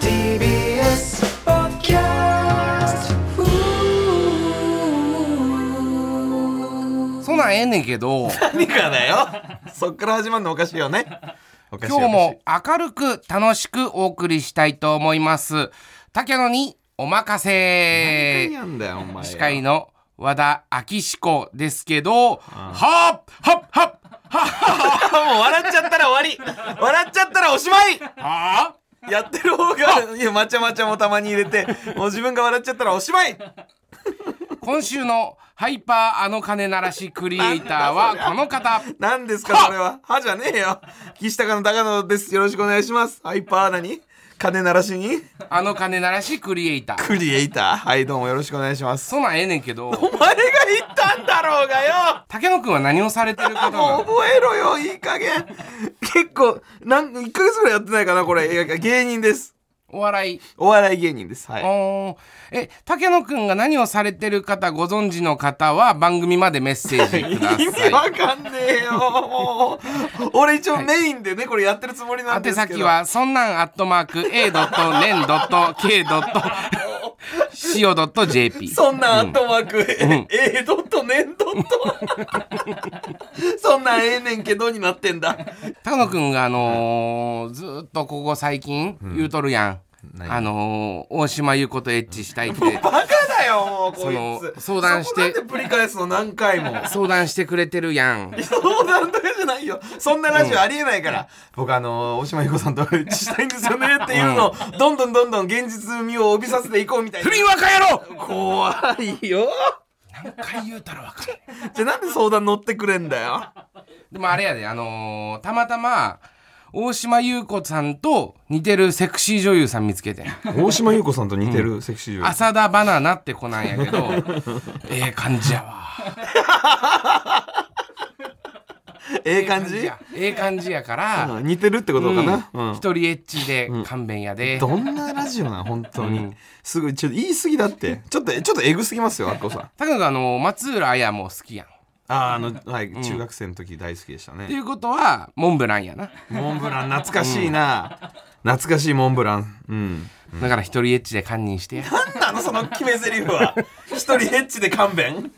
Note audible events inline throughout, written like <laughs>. TBS ポッドキャストうーそんなんええねんけど何かだよそっから始まるのおかしいよね <laughs> おかしい今日も明るく楽しくお送りしたいと思います竹野にお任せ何回やんだよお前司 <laughs> 会の和田明彦ですけど、はっはっはっあもう笑っちゃったら終わり笑っちゃったらおしまいはやってる方がいやまちゃまちゃもたまに入れてもう自分が笑っちゃったらおしまい今週のハイパーあの鐘鳴らしクリエイターはこの方何ですかそれは歯じゃねえよ岸高の高野ですよろしくお願いしますハイパー何金鳴らしにあの鐘鳴らしクリエイタークリエイターはいどうもよろしくお願いしますそんなんええねんけどお前が言ったんだろうがよ竹野くんは何をされてる方なもうの覚えろよいい加減結構なん1ヶ月ぐらいやってないかなこれいや芸人ですお笑いお笑い芸人ですはいおーえ竹野くんが何をされてる方ご存知の方は番組までメッセージくだ <laughs> 意味さいわかんねえよもう俺一応メインでねこれやってるつもりなんで宛すけど先はそんなんアットマーク a ドット年ドット k ドット c o ドット j p そんな後枠、ええドットねんドット <laughs> そんなんええねんけどになってんだ高野くんがあのーずーっとここ最近言うとるやん、何あのー大島優子とエッチしたいってバカだよもうこそのいつ相談してそこなんでぶり返すの何回も相談してくれてるや <laughs> ん相談とかじゃないよそんなラジオありえないから、僕あの大島優子さんとお会いしたいんですよねっていうのを、どんどんどんどん現実味を帯びさせていこうみたいな不倫若野郎怖いよ回言うたらわかるじゃあなんで相談乗ってくれんだよでもあれやであのーたまたま大島優子さんと似てるセクシー女優さん見つけ <laughs> てん大島優子さんと似てるセクシー浅田バナナって子なんやけどええ感じやわええ感じやええ感じやからうん似てるってことかな、うんうん一人エッチで勘弁やで、どんなラジオなん本当に、うんすごいちょっと言い過ぎだってちょっとちょっとエグすぎますよあっこさん高野があの松浦綾も好きやんあーあの、はい、中学生の時大好きでしたねっていうことはモンブランやなモンブラン懐かしいな、 <laughs> 懐かしいモンブランうんだから一人エッチで堪忍してや何なのその決め台詞は一人エッチで勘弁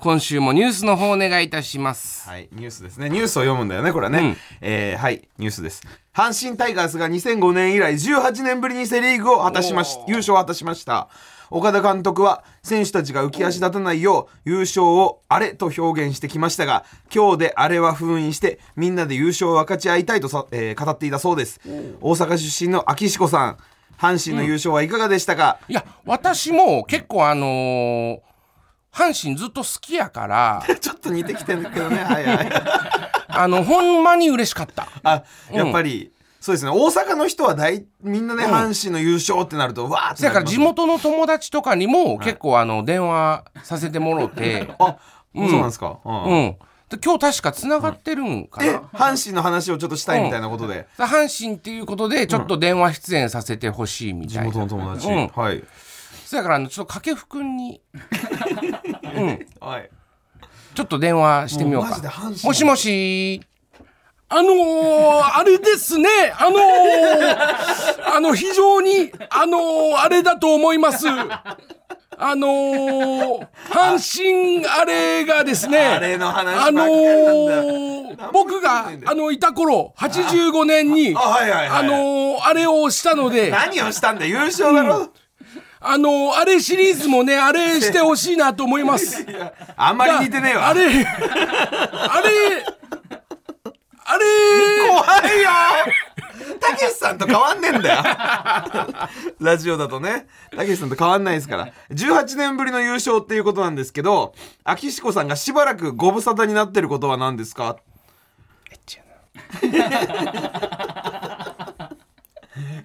今週もニュースの方お願いいたしますはいニュースですねニュースを読むんだよねこれはね、うんえーはいニュースです阪神タイガースが2005年以来18年ぶりにセ・リーグを果たしましおー優勝を果たしました岡田監督は選手たちが浮き足立たないよう優勝を「あれ」と表現してきましたが今日で「あれ」は封印してみんなで優勝を分かち合いたいとさ、えー語っていたそうです大阪出身の秋彦さん阪神の優勝はいかがでしたか、 <laughs> いや私も結構あのー阪神ずっと好きやからちょっと似てきてるけどねはいはいあのほんまに嬉しかったあやっぱり、そうですね大阪の人は大みんなね、うん阪神の優勝ってなるとわーってだなからります地元の友達とかにも結構あの電話させてもろて、あ、んそうなんですか、うんうん、で今日確かつながってるんかえな、阪神の話をちょっとしたいみたいなことで、阪神っていうことでちょっと電話出演させてほしいみ地たいな、元の友達、うんはいそやからあのちょっと掛布くんにはいちょっと電話してみようもうかマジで阪神もしもしあのー、あれですねあの <laughs> ー、あの非常にあのー、あれだと思いますあのー、阪神あれがですねあれのあ話のばっかりなんだ、ー、僕があのいた頃85年にあはいはいはいあのー、あれをしたので何をしたんだ優勝だろ、あのー、あれシリーズもねあれしてほしいなと思います。いやあんまり似てねえわあれあれあれ怖いよたけしさんと変わんねえんだよラジオだとねたけしさんと変わんないですから18年ぶりの優勝っていうことなんですけど秋彦さんがしばらくご無沙汰になってることは何ですか <laughs>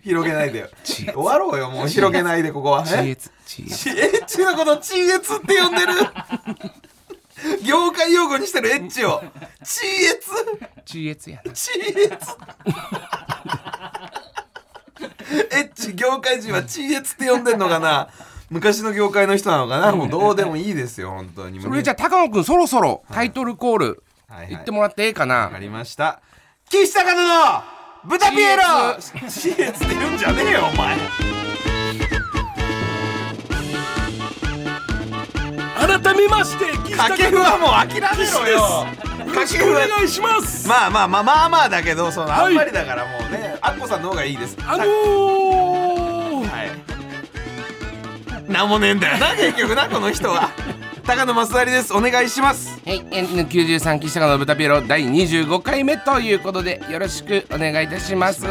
広げないでよ終わろうよもう広げないでここはえちエッチのことチーエツって呼んでる業界用語にしてるエッチをチーエツやなチーエッチ業界人はチーエツって呼んでんのかな昔の業界の人なのかなもうどうでもいいですよ本当にそれじゃあ高野くんそろそろタイトルコールはいはい言ってもらってええかな、わかりました岸高野の豚ピエロ CS CS 出るんじゃねえよお前改めまして岸掛田布はもう諦めろよよろしくお願いしますまあまあまあまあまあだけどそのはいあんまりだからもうねアッコさんの方がいいですあのー、はいなんもねえんだよな結局なこの人は高野正成ですお願いしますはい、N93 岸高の豚ピエロ第25回目ということでよろしくお願いいたします。こ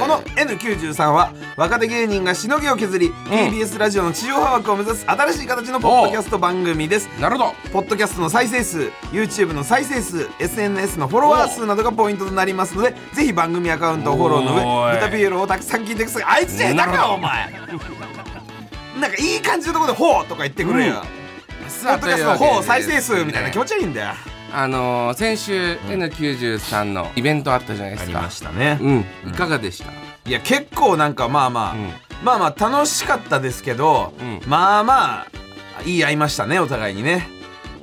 この N93 は若手芸人がしのぎを削り TBS ラジオの地上波枠を目指す新しい形のポッドキャスト番組ですなるほど。ポッドキャストの再生数 YouTube の再生数 SNS のフォロワー数などがポイントとなりますのでぜひ番組アカウントをフォローのおー上い豚ピエロをたくさん聞いてくださいあいつじゃいななるかお前なんかいい感じのところで「ほう」とか言ってくれよ、ポッドキャストの「ほう」再生数みたいな気持ち。ちいいんだよあのー、先週 N93 のイベントあったじゃないですか。たねうん、いかがでした。いや結構なんかまあまあ、うんまあまあ楽しかったですけど、うんまあまあいい合いましたねお互いにね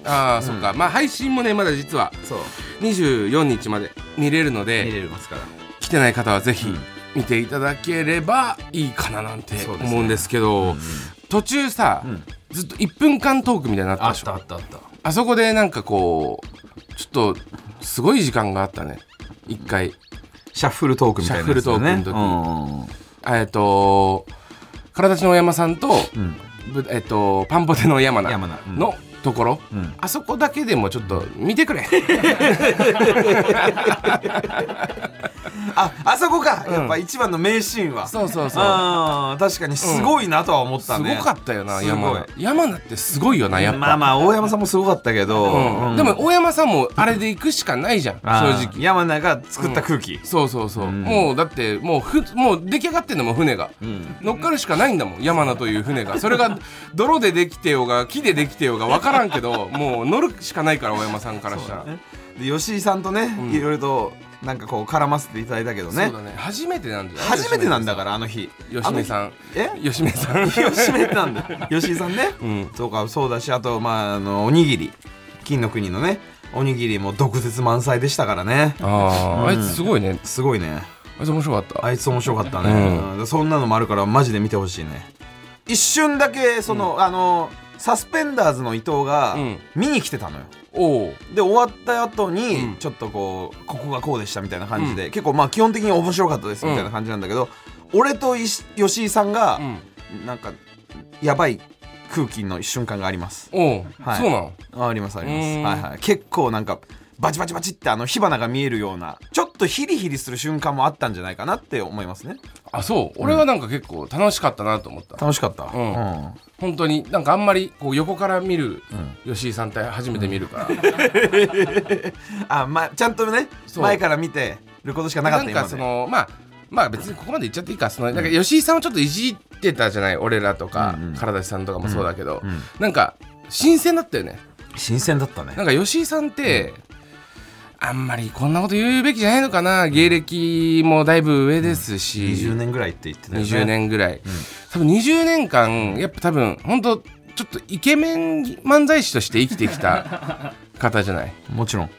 ああ、そっか。まあ配信もねまだ実はそう24日まで見れるので、れますから来てない方はぜひ見ていただければいいかななんてそうですね思うんですけど、途中さ、ずっと1分間トークみたいになったあでっしょたあったあったあそこでなんかこうちょっとすごい時間があったね一回シャッフルトークみたいなやつだね、シャッフルトークの時えっと体ちの大山さんと、ぶえっとパンポテの山名山名うんのところ、んあそこだけでもちょっと見てく <laughs> れああそこか、やっぱ一番の名シーンはそうそうそうあー確かにすごいなとは思っすたごね、かったよなすごい山名山名ってすごいよなやっぱ、まあまあ大山さんもすごかったけど、うんうんでも大山さんもあれで行くしかないじゃんあー正直山名が作った空気、そうそうそう、もうだってもうふもう出来上がってんのもん船が、乗っかるしかないんだもん山名という船がそれが <laughs> 泥でできてようが木でできてようが分からんけどもう乗るしかないから大山さんからしたらそう,、で吉井さんとね、いろいろとなんかこう絡ませていただいたけどねだね初めてなんだよ初めてなんだからあの日吉目さんえ吉目さ <laughs> ん吉めてなんだ吉井さんね、んそうかそうだしあとまああのおにぎり金の国のねおにぎりも毒舌満載でしたからねあーあいつすごいねすごいねあいつ面白かったあいつ面白かったね、うんそんなのもあるからマジで見てほしいね一瞬だけその、あのサスペンダーズの伊藤がうん見に来てたのよ、おうで終わった後に、うんちょっとこうここがこうでしたみたいな感じで、結構まあ基本的に面白かったですみたいな感じなんだけど、俺といし吉井さんう、がんなんかやばい空気の瞬間がありますおう、はいそうなのあありますありまうーすんはいはい結構なんかバチバチバチってあの火花が見えるようなちょっとヒリヒリする瞬間もあったんじゃないかなって思いますねあそう俺はなんか結構楽しかったなと思った、楽しかったん本当になんかあんまりこう横から見る吉井さんって初めて見るから、あまあちゃんとねそう前から見てることしかなかったん今かまでそのまあまあ別にここまで言っちゃっていいかそのなんか吉井さんをちょっといじってたじゃない俺らとかうんうん唐田さんとかもそうだけど、うんうんなんか新鮮だったよね新鮮だったねなんか吉井さんって、あんまりこんなこと言うべきじゃないのかな芸歴もだいぶ上ですし、 20年ぐらいって言ってたよね20年ぐらい、多分20年間やっぱ多分本当ちょっとイケメン漫才師として生きてき <laughs> た方じゃないもちろん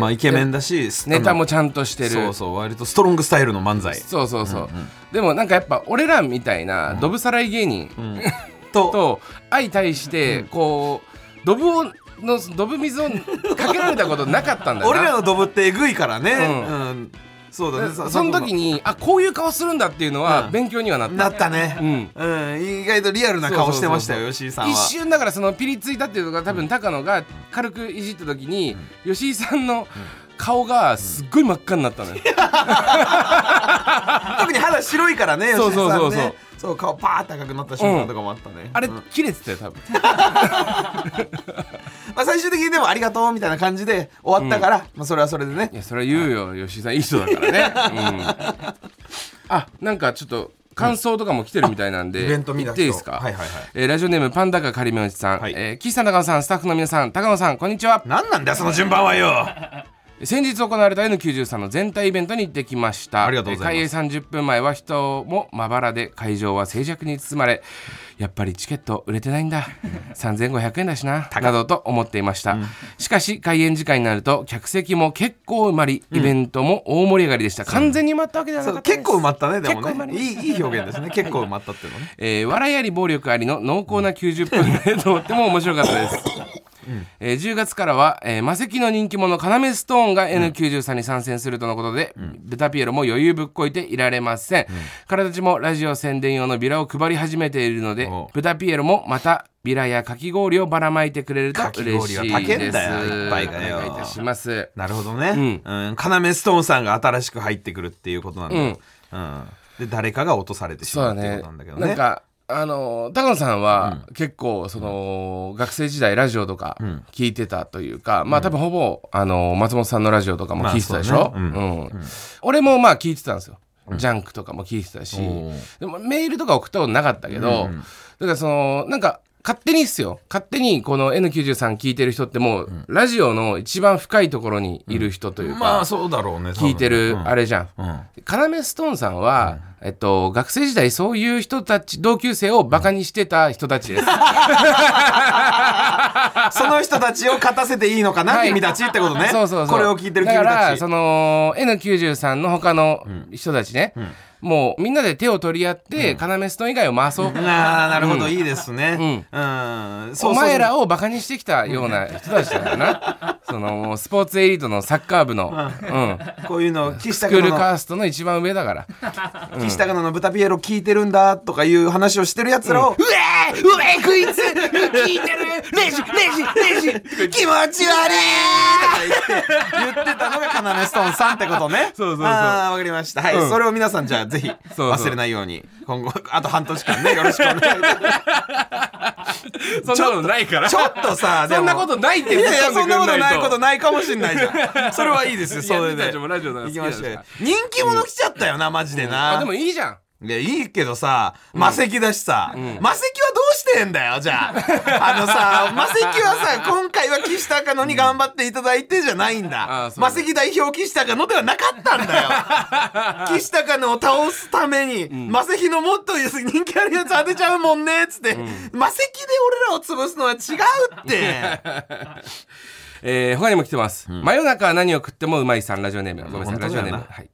まあイケメンだしネタあものちゃんとしてるそうそう割とストロングスタイルの漫才そうそうそう、でもなんかやっぱ俺らみたいなドブさらい芸人とと相対してこうドブをのドブ水をかけられたことなかったんだよ <laughs> 俺らなのドブってえぐいからねううんそうだねさその時にあこういう顔するんだっていうのはうん勉強にはなった、なったねうんうん、意外とリアルな顔してましたよそう吉井さんは一瞬だからそのピリついたっていうのが多分高野が軽くいじった時に、吉井さんの顔がすっごい真っ赤になったのよ、特に肌白いからね吉そう井さんねそうそうそうそう顔パーッと赤くなった瞬間とかもあったね、あれうんま切れてたよ多分あ、最終的にでもありがとうみたいな感じで終わったから、まあ、それはそれでねいやそれは言うよ、吉井さんいい人だからね、うん、あなんかちょっと感想とかも来てるみたいなんで、イベント見た言人っていいですか、はいはいはいえーラジオネームパンダカ仮名おじさん、はいえー岸さん高野さんスタッフの皆さん高野さんこんにちは何なんだよその順番はよ先日行われた N93 の全体イベントに行ってきましたありがとうございます開演30分前は人もまばらで会場は静寂に包まれやっぱりチケット売れてないんだ <laughs> 3500円だしななどと思っていました、しかし開演時間になると客席も結構埋まりイベントも大盛り上がりでした、完全に埋まったわけではなそかうったです結構埋まったねで結も構埋まねりいまいいい表現ですね結構埋まったっていうのねえー笑いあり暴力ありの濃厚な90分でとっても面白かったです。えー10月からは、えー、魔石の人気者要ストーンが N93 に参戦するとのことで、ベタピエロも余裕ぶっこいていられません、彼たちもラジオ宣伝用のビラを配り始めているのでおベタピエロもまたビラやかき氷をばらまいてくれるとかき氷は嬉しい高ですいんだよいっぱいがよお願いいたしますなるほどね、うん要ストーンさんが新しく入ってくるっていうことなんだよ、うんで誰かが落とされてしそうまだうっていねうことなんだけどなんねかあの高野さんは結構その、学生時代ラジオとか聞いてたというか、まあ多分ほぼあの松本さんのラジオとかも聞いてたでしょ、まあそううんねう俺もまあ聞いてたんですよ、ジャンクとかも聞いてたしおーでもメールとか送ったことなかったけど、だからそのなんか勝手にっすよ勝手にこの N93 聞いてる人ってもう、ラジオの一番深いところにいる人というか、まあそうだろうね聞いてるあれ、れじゃんうんうん要ストーンさんは、えっと、学生時代そういう人たち同級生をバカにしてた人たちです、その人たちを勝たせていいのかな、はい君たちってことね。そうそうそうこれを聞いてるだ君からたちそ。の N93 の他の人たちね、もうみんなで手を取り合って、要ストーン以外を回そう、ああ、なるほど、いいですね。うん。そうそうお前らをバカにしてきたような人たちだよ <laughs> なそのもうスポーツエリートのサッカー部の、うん、こういうの、岸ス田クー君ルの、カーストの一番上だから岸田君の豚ピエロ聞いてるんだとかいう話をしてる奴らを、うえーうえーこいつ聞いてるレジレジレジ気持ち悪いとか言って、言ってたのが要ストーンさんってことね。そうそうそうああ、わかりました。はい。それを皆さん、じゃあぜひそう忘れないように、今後、あと半年間ね、よろしくお願いいたします。そんなことないからちょっとさ、でもそんなことないっていやいや、突っ込そんんでなくんことないとことないかもしれないじゃん。それはいいですよ、いやそれ僕で。たちもラジオだから行好ききなんまでしすかょうらよ人気者来ちゃったよな、マジであなで。もいいじゃんいや、いいけどさ、魔石だしさ、魔石はどうしてんだよ、<laughs> じゃあ。あのさ、魔石はさ、今回は岸高野に頑張っていただいてじゃないんああだ。そう魔だ石代表岸高野ではなかったんだ <laughs> よ。岸高野を倒すために、魔石のもっと人気あるやつ当てちゃうもんね、つって。魔石で俺らを潰すのは違う <laughs> って。えー、他にも来てます、真夜中は何を食ってもうまいさんラジオネームごめんなさい本ラ当ジだオよネなームはい、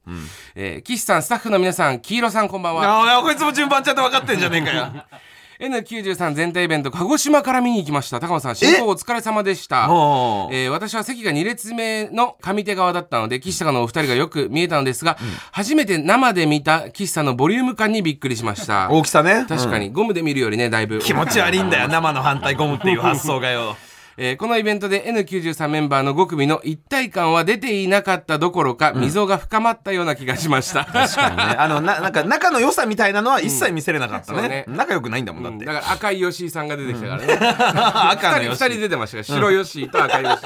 えー岸さんスタッフの皆さん黄色さんこんばんはああ、こいつも順番ちゃんと分かってんじゃねえかよ。 <laughs> N93 全体イベント鹿児島から見に行きました高野さん進行お疲れ様でしたおーえー私は席が2列目の上手側だったので岸高のお二人がよく見えたのですが、初めて生で見た岸さんのボリューム感にびっくりしました大きさね。確かうん。にゴムで見るよりねだいぶ気持ち悪い <laughs> んだよ、生の反対ゴムっていう発想がよ。えーこのイベントで N93 メンバーの5組の一体感は出ていなかったどころか、溝が深まったような気がしました。 <laughs> 確かにね。あの、な、なんか仲の良さみたいなのは一切見せれなかったうんそうね。ね仲良くないんだもん、だうん <laughs> っだて。から赤い吉井さんが出てきたからね <laughs> 赤の二人良二さ人。出てましたから白吉井と赤い吉井が、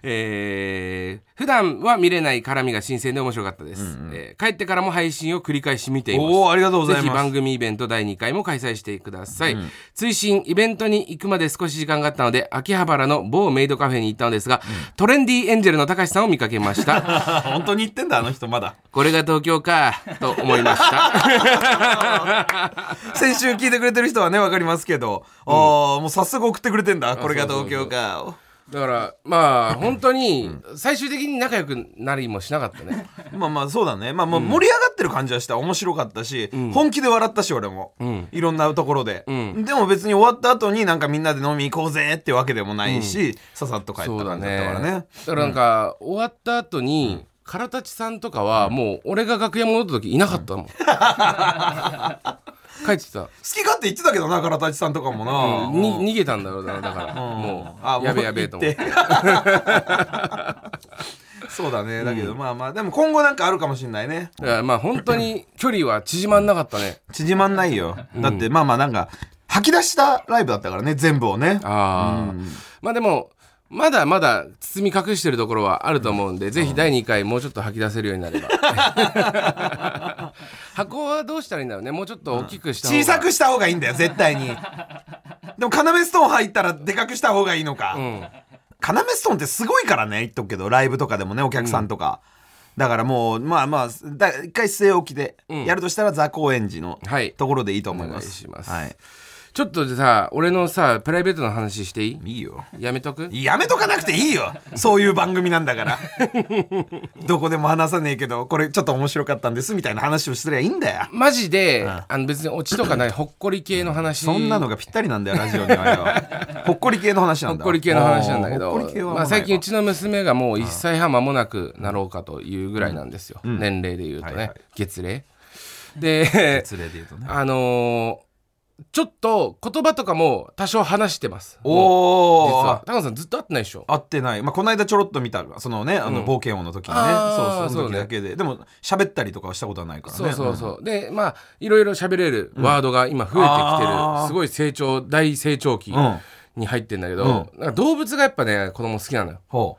<laughs> えー普段は見れない絡みが新鮮で面白かったです、えー帰ってからも配信を繰り返し見ていますおお、ありがとうございぜひま番す。組イベント第2回も開催してください、追伸イベントに行くまで少し時間があったので秋葉原の某メイドカフェに行ったのですが、トレンディエンジェルの高橋さんを見かけまし <laughs> た <laughs> 本当に言ってんだ、あの人まだ。これが東京かと思いました先週聞いてくれてる人はね、わかりますけど。ああ、もう早速送ってくれてんだ。これが東京か。 <laughs> だからまあ本当に最終的に仲良くなりもしなかったねまあまあそうだね、まあ、まあ盛り上がってる感じはした面白かったし、本気で笑ったし俺も、いろんなところで、でも別に終わった後になんかみんなで飲み行こうぜってわけでもないし、ささっと帰った感じだったからねだからなんか、終わった後に、唐立さんとかはもう俺が楽屋戻った時いなか <laughs> ったもん、帰ってた好き勝手言ってたけどな唐立さんとかもな、に逃げたんだろうなだからもあうやべえやべえと思ってもう行って <laughs> そうだねだけど、まあまあでも今後なんかあるかもしれないねだからまあ本当に距離は縮まんなかったね縮まんないよだって、まあまあなんか吐き出したライブだったからね全部をねああ、まあでもまだまだ包み隠してるところはあると思うんで、ぜひ第2回もうちょっと吐き出せるようになれば <laughs> 箱はどうしたらいいんだろうねもうちょっと大きくした方が小さくした方がいいんだよ絶対にでも要ストーン入ったらでかくした方がいいのか、要ストーンってすごいからね言っとくけどライブとかでもねお客さんとか、だからもうまあまあだ一回据え置きでんやるとしたらザ・高円寺のはいところでいいと思いお願まいす、しますはい、ちょっとさ俺のさプライベートの話していいいいよやめとくやめとかなくていいよそういう番組なんだからどこでも話さねえけどこれちょっと面白かったんですみたいな話をしてりゃいいんだよマジで、あの別にオチとかないほっこり系の話そんなのがぴったりなんだよラジオにはよほっこり系の話なほっんだこり系の話なんだけほっこり系ど、はまあ、最近うちのの娘がもう1歳半間もなくなろうかというぐらいなんですよ、年齢で言うとね、はいはい月齢で <laughs> 連れで言うとねあのーちょっと言葉とかも多少話してますもう実おおは高野さんずっと会ってないでしょ合ってない、まあ、この間ちょろっと見たそのねあの冒険王の時にね、あーそうそうそのそう時ねだけで、でも喋ったりとかはしたことはないからねそうそうそう、でまあいろいろ喋れるワードが今増えてきてる、あーすごい成長大成長期うんに入ってんだけど、なんか動物がやっぱね子供好きなのよほ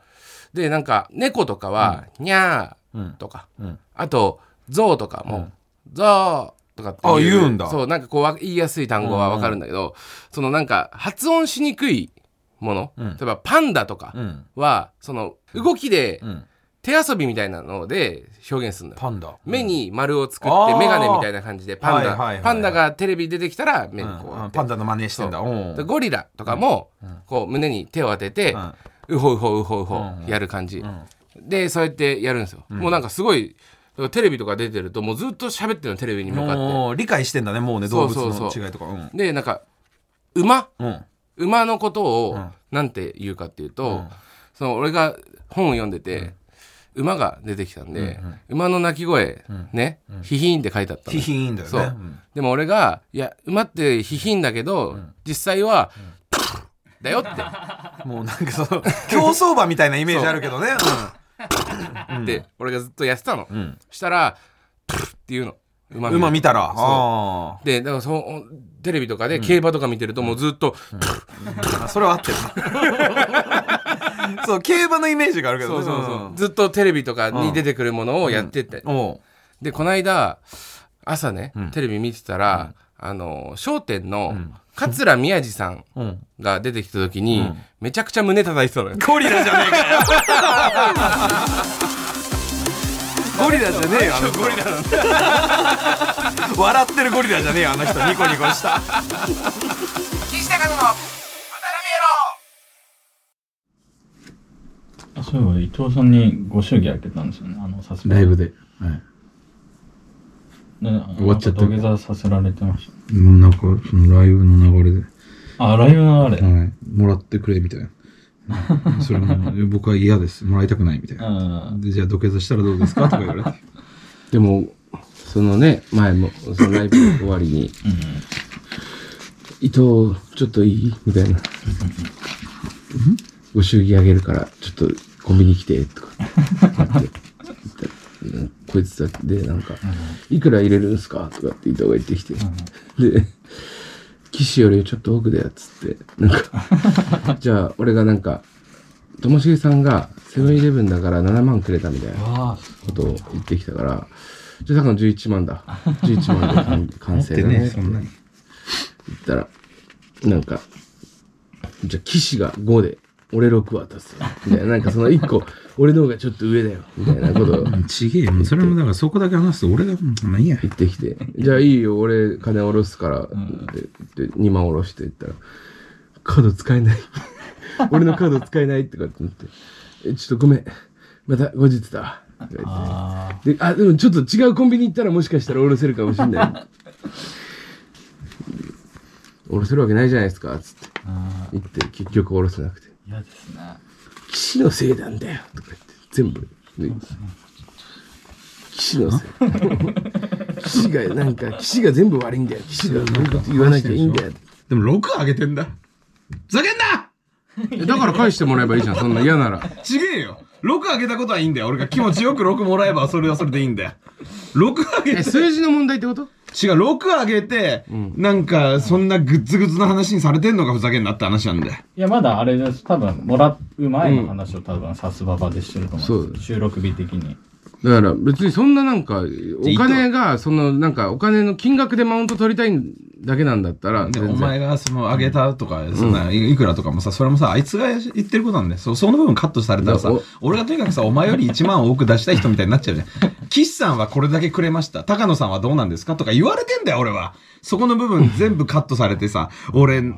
でなんか猫とかは「にゃー」とか、あと象とかも「象」とかってあ言うんだそうなんかこうわ言いやすい単語はわかるんだけど、そのなんか発音しにくいもの、例えばパンダとかう、うんは、その動きでん手遊びみたいなので表現するんだよパンダ目に丸を作あってー眼鏡みたいな感じでパンはいはいはいはダいパンダがテレビ出てきたら目うこうやんうんってパンダの真似してんだそうでんゴリラとかもこう胸に手を当ててんウホウホウホウホやる感じでそうやってやるんですよもうなんかすごいだからテレビとか出てるともうずっと喋ってるのテレビに向かっもう理解してんだねもうねそ動う物そうそうの違いとかうんてでなんか馬うん馬のことをなんて言うかっていうと、その俺が本を読んでて、馬が出てきたんで、馬の鳴き声、ね、ヒヒーンって書いてあったのヒヒーンだよねそう、うんでも俺が「いや馬ってヒヒーンだけど、実際は、だよ」ってもうなんかその <laughs> 競走馬みたいなイメージあるけどねで俺がずっとやってたの、んしたら「プルっていうの馬うん馬見たらそうあでだからそのテレビとかで競馬とか見てるともうずっと「プルあそれは合ってる <laughs> なそう競馬のイメージがあるけそどうねそうそう、ずっとテレビとかに出てくるものをやってって、うんおうでこの間朝ね、テレビ見てたら『あの笑点』の桂宮治さんうんが出てきた時に、めちゃくちゃ胸叩いてたのよ。ゴリラじゃね <laughs> えかよゴリラじゃねえよあのゴリラ笑ってるゴリラじゃねえよあの人ニコニコしたあそういえば伊藤さんにご祝儀あげたんですよねあのさすがライブで。はい。終終わっちゃった土下座させられてましもうなんか、そのライブの流れで、たあライブのあれ、はい。もらってくれ、みたいな。 <laughs> うんそれも、僕は嫌です。もらいたくない、みたいな。うんで、じゃあ土下座したらどうですかとか言われ <laughs> て。でもそのね前もそのライブ終わりに「伊藤ちょっといい?」みたいな「ご祝儀あげるからちょっとコンビニ来て」とか言ってうんこいつだってなんか「いくら入れるんすか?」とかって伊藤が言ってきてで「岸よりちょっと奥だよ」っつってなんかじゃあ俺がなんかともしげさんがセブンイレブンだから7万くれたみたいな。あことを言ってきたから、じゃあ、だから11万だ。11万で完完 <laughs> 成だね。って言ったら、なんか、じゃあ、岸が5で、俺6渡すよ。みたいな、なんかその1個、俺の方がちょっと上だよ。みたいなことをちげえよ。もうそれもだからそこだけ話すと俺が、うんまあいいや。言ってきて、じゃあいいよ、俺金下ろすから、で2万下ろして言ったら、カード使えない。俺のカード使えないってかって言って、えちょっとごめん、また後日だ。とか言ってで、ああ、でもちょっと違うコンビニ行ったらもしかしたらおろせるかもしんない。 <laughs> おろせるわけないじゃないですか、つってあ言って、結局おろせなくて。嫌ですね岸のせいなんだよとか言って、全部。で岸のせい。岸が、なんか、岸が全部悪いんだよ。岸が悪いこと言わなきゃいいんだよ。でも6あげてんだ。ふざけんなだから返してもらえばいいじゃん、そんな嫌なら。ちげえよ。6あげたことはいいんだよ。俺が気持ちよく6もらえばそれはそれでいいんだよ。6あげてえ、数字の問題ってこと違う、6上げて、なんか、そんなグッズグッズの話にされてんのがふざけんなって話なんで。いやまだあれです多分もらう前の話を多分さすばばでしてると思うんですそうよ収録日的にだから別にそんななんか、お金が、そのなんかお金の金額でマウント取りたいだけなんだったら、で全お然前がそのあげたとか、そんないいくらとかもさそれもさあいつが言ってることなんでそその部分カットされたらさいや俺がとにかくさお前より1万多く出したい人みたいになっちゃうじ <laughs> ゃん岸さんはこれだけくれました高野さんはどうなんですかとか言われてんだよ俺はそこの部分全部カットされてさ俺が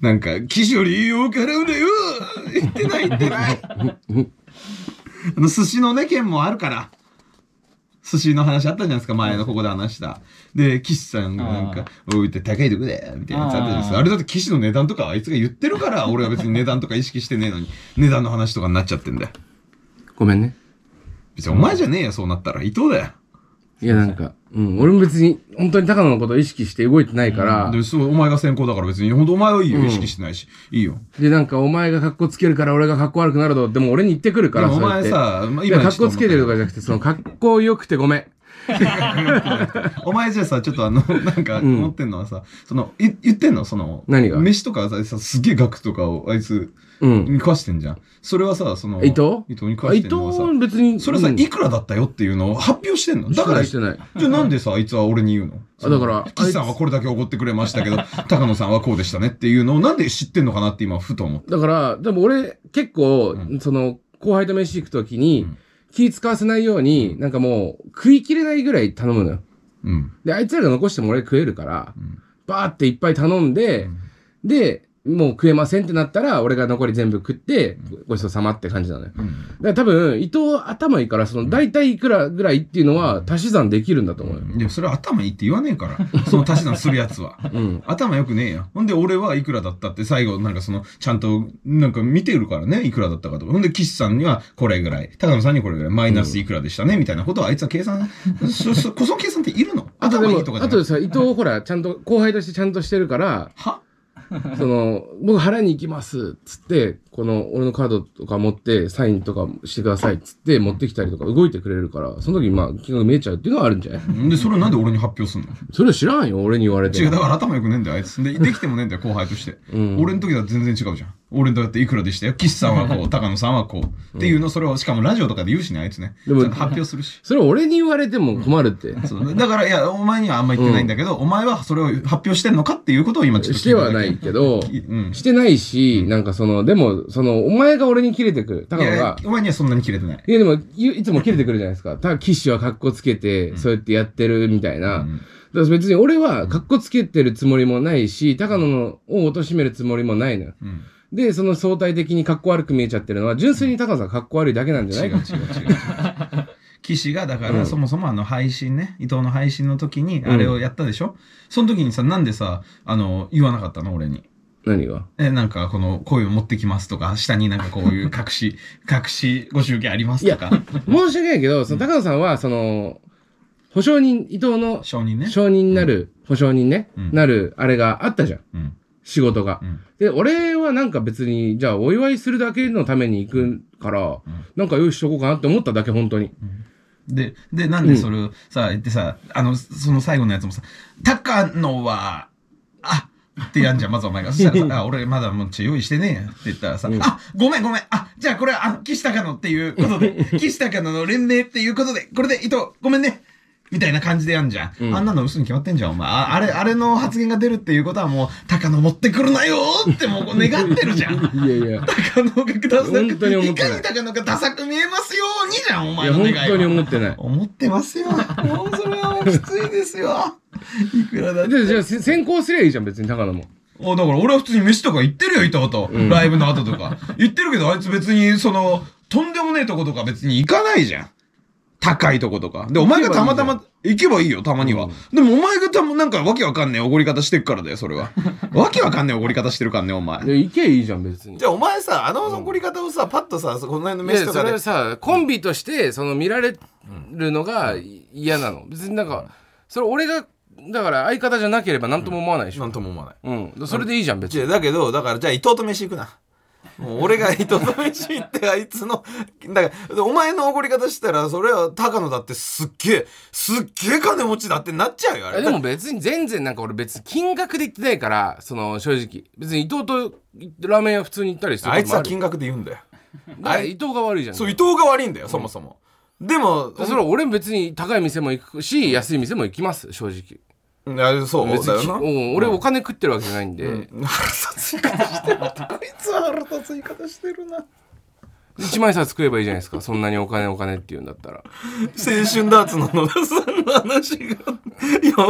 なんか岸より多く払うんだよ言ってない言ってないあの寿司のね件もあるから寿司の話あったじゃないですか、前のここで話した。で、岸さんがなんか、おいって高いとこだよ、みたいなやつあったじゃないですか。あーあれだって岸の値段とかあいつが言ってる <laughs> から、俺は別に値段とか意識してねえのに、値段の話とかになっちゃってんだよ。ごめんね。別にお前じゃねえよ、そうなったら。伊藤だよ。いやなんか、うん、俺も別に本当に高野のことを意識して動いてないから、で、そう、お前が先行だから別に、ほんとお前はいいよ、意識してないし。いいよ。で、なんか、お前が格好つけるから俺が格好悪くなると、でも俺に言ってくるから、でもおそうやって前さまあい今やの格好つけてるとかじゃなくて、その格好良くてごめん。お前じゃあさ、ちょっとあの、な <laughs> んか、思ってんのはさ、その、い言ってんのその、何が飯とかさ、さすげえ額とかをあいつ、うん。に食わしてんじゃん。それはさ、その、伊藤伊藤に食わしてんのはさ伊藤別にそれはさ、うんいくらだったよっていうのを発表してんのだから、してないしてじゃあなんでさ、あいつは俺に言うのあだからその岸さんあいはこれだけおごってくれましたけど、 <laughs> 高野さんはこうでしたねっていうのをなんで知ってんのかなって今、ふと思って。だから、でも俺、結構、その、後輩と飯行くときに、気使わせないように、なんかもう、食い切れないぐらい頼むのよ。うん。で、あいつらが残しても俺食えるから、バーっていっぱい頼んで、で、もう食えませんってなったら、俺が残り全部食って、ごちそうさまって感じなのよ。だから多分、伊藤頭いいから、その、大体いくらぐらいっていうのは、足し算できるんだと思うよ。いや、それは頭いいって言わねえから、その足し算するやつは。ん頭良くねえよ。ほんで、俺はいくらだったって、最後、なんかその、ちゃんと、なんか見てるからね、いくらだったかとか。ほんで、岸さんにはこれぐらい、高野さんにこれぐらい、マイナスいくらでしたね、みたいなことをあいつは計算、そ、そ、こその計算っているのあと頭でいもいと、かじあゃなとくて。さ、伊藤ほら、ちゃんと後輩としてちゃんとしてるから、は <laughs> その、僕払いに行きます、つって、この、俺のカードとか持って、サインとかしてください、つって、持ってきたりとか、動いてくれるから、その時にまあ、金額見えちゃうっていうのはあるんじゃないで、それなんで俺に発表すんのそれは知らんよ、俺に言われて違う、も。だから頭良くねえんだよ、あいつ。で、できてもねえんだよ、後輩として。俺の時だと全然違うじゃん。俺だっていくらでしたよ。岸さんはこう、高野さんはこう。っていうの、それを、しかもラジオとかで言うしね、あいつね。でもちゃんと発表するし。それは俺に言われても困るって。そうだから、いや、お前にはあんま言ってないんだけど、お前はそれを発表してんのかっていうことを今ちょっとしてはないけど、うんしてないし、なんかその、でも、その、お前が俺に切れてくる。高いや野いやが、。お前にはそんなに切れてない。いやでも、いいつも切れてくるじゃないですか。ただ、騎士は格好つけて、そうやってやってるみたいな。だから別に俺は格好つけてるつもりもないし、高野のを貶めるつもりもないのよ。うんで、その相対的に格好悪く見えちゃってるのは、純粋に高野さん格好悪いだけなんじゃ違なうい違う違う違う。岸がだからそもそもあの配信ね、伊藤の配信の時にあれをやったでしょ、その時にさなんでさあの言わなかったの俺に何がえ、なんか、この、こういうの持ってきますとか、下になんかこういう隠し、 <laughs> 隠しご祝儀ありますとか、申し訳ないけど、その高野さんは、その、保証人、伊藤の承認ね。証人になる、保証人ね、うんなる、あれがあったじゃん。うん。仕事が。うんで、俺はなんか別に、じゃあお祝いするだけのために行くから、なんか用意しとこうかなって思っただけ、本当に。で、で、なんでそれをさ、言ってさ、あの、その最後のやつもさ、高野は、あってやんじゃん、まずお前が。そしたらさ、あ、俺まだもうちょ用意してねえよって言ったらさ、あ、ごめんごめん、あ、じゃあこれは、あの、岸高野っていうことで、岸高野の連名っていうことで、これで伊藤、ごめんね。みたいな感じでやんじゃん。あんなの嘘に決まってんじゃん、お前。ああれ、あれの発言が出るっていうことはもう、高野持ってくるなよーってもう願ってるじゃん。いやいや。高野がダサく、本当に思っいてなかいに高野がダサく見えますようにじゃん、おい前や、の願本いは。当に思ってない。思ってますよ。もうそれはもうきついですよ。いくらだって。で、じゃあせ先行すりゃいいじゃん、別に高野も。おだから俺は普通に飯とか行ってるよ、伊藤と。ライブの後とか。 <laughs> 行ってるけど、あいつ別に、その、とんでもねえとことか別に行かないじゃん。高いとことか。で、お前がたまたま、行けばいいよ、たまには。でもお前がたま、なんかわけわかんねえおごり方してるからだよ、そ <laughs> れは。わけわかんねえおごり方してるからね、お前。で、行けばいいじゃん、別に。じゃあお前さあの怒り方をさ、パッとさそこの辺のいや飯とそかれではさコンビとしてその見られるのが嫌なの別になんかそれ俺がだから相方じゃなければ何とも思わないでしょ、なんとも思わないうんそれでいいじゃん別じゃにあだけどだからじゃあ伊藤と飯行くなもう俺が伊藤と飯行ってあいつのだからお前の怒り方したらそれは高野だってすっげえすっげえ金持ちだってなっちゃうよあえれでも別に全然なんか俺別に金額で言ってないからその正直別に伊藤とラーメン屋普通に行ったりするあいつはこと金も額で言うんだよあるだから伊藤が悪いじゃんそう伊藤が悪いんだよそもそも、でも、それは俺別に高い店も行くし安い店も行きます正直いやそう別だにような。ん俺お金食ってるわけじゃないんで、腹立つ言い方してるな。こいつは腹立つ言い方してるな。一万円札食えばいいじゃないですかそんなにお金お金って言うんだったら青春ダーツの野田さんの話が。いや、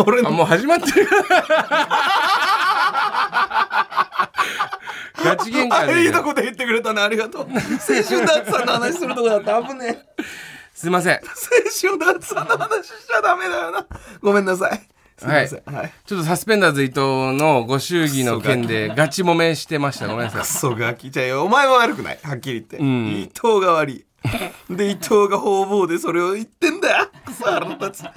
俺あの。もう始まっ <laughs> てるガチ喧あ嘩いいでとこで言ってくれたねありがとう青春ダーツさんの話するとこだった危ねえすいません青春ダーツさんの話しちゃダメだよなごめんなさいすいませんはい、ちょっとサスペンダーズ伊藤のご祝儀の件でガチ揉めしてましたごめんなさいクソガキじゃよお前は悪くないはっきり言って、ん伊藤が悪いで伊藤が方々でそれを言ってんだよクソ腹立つ情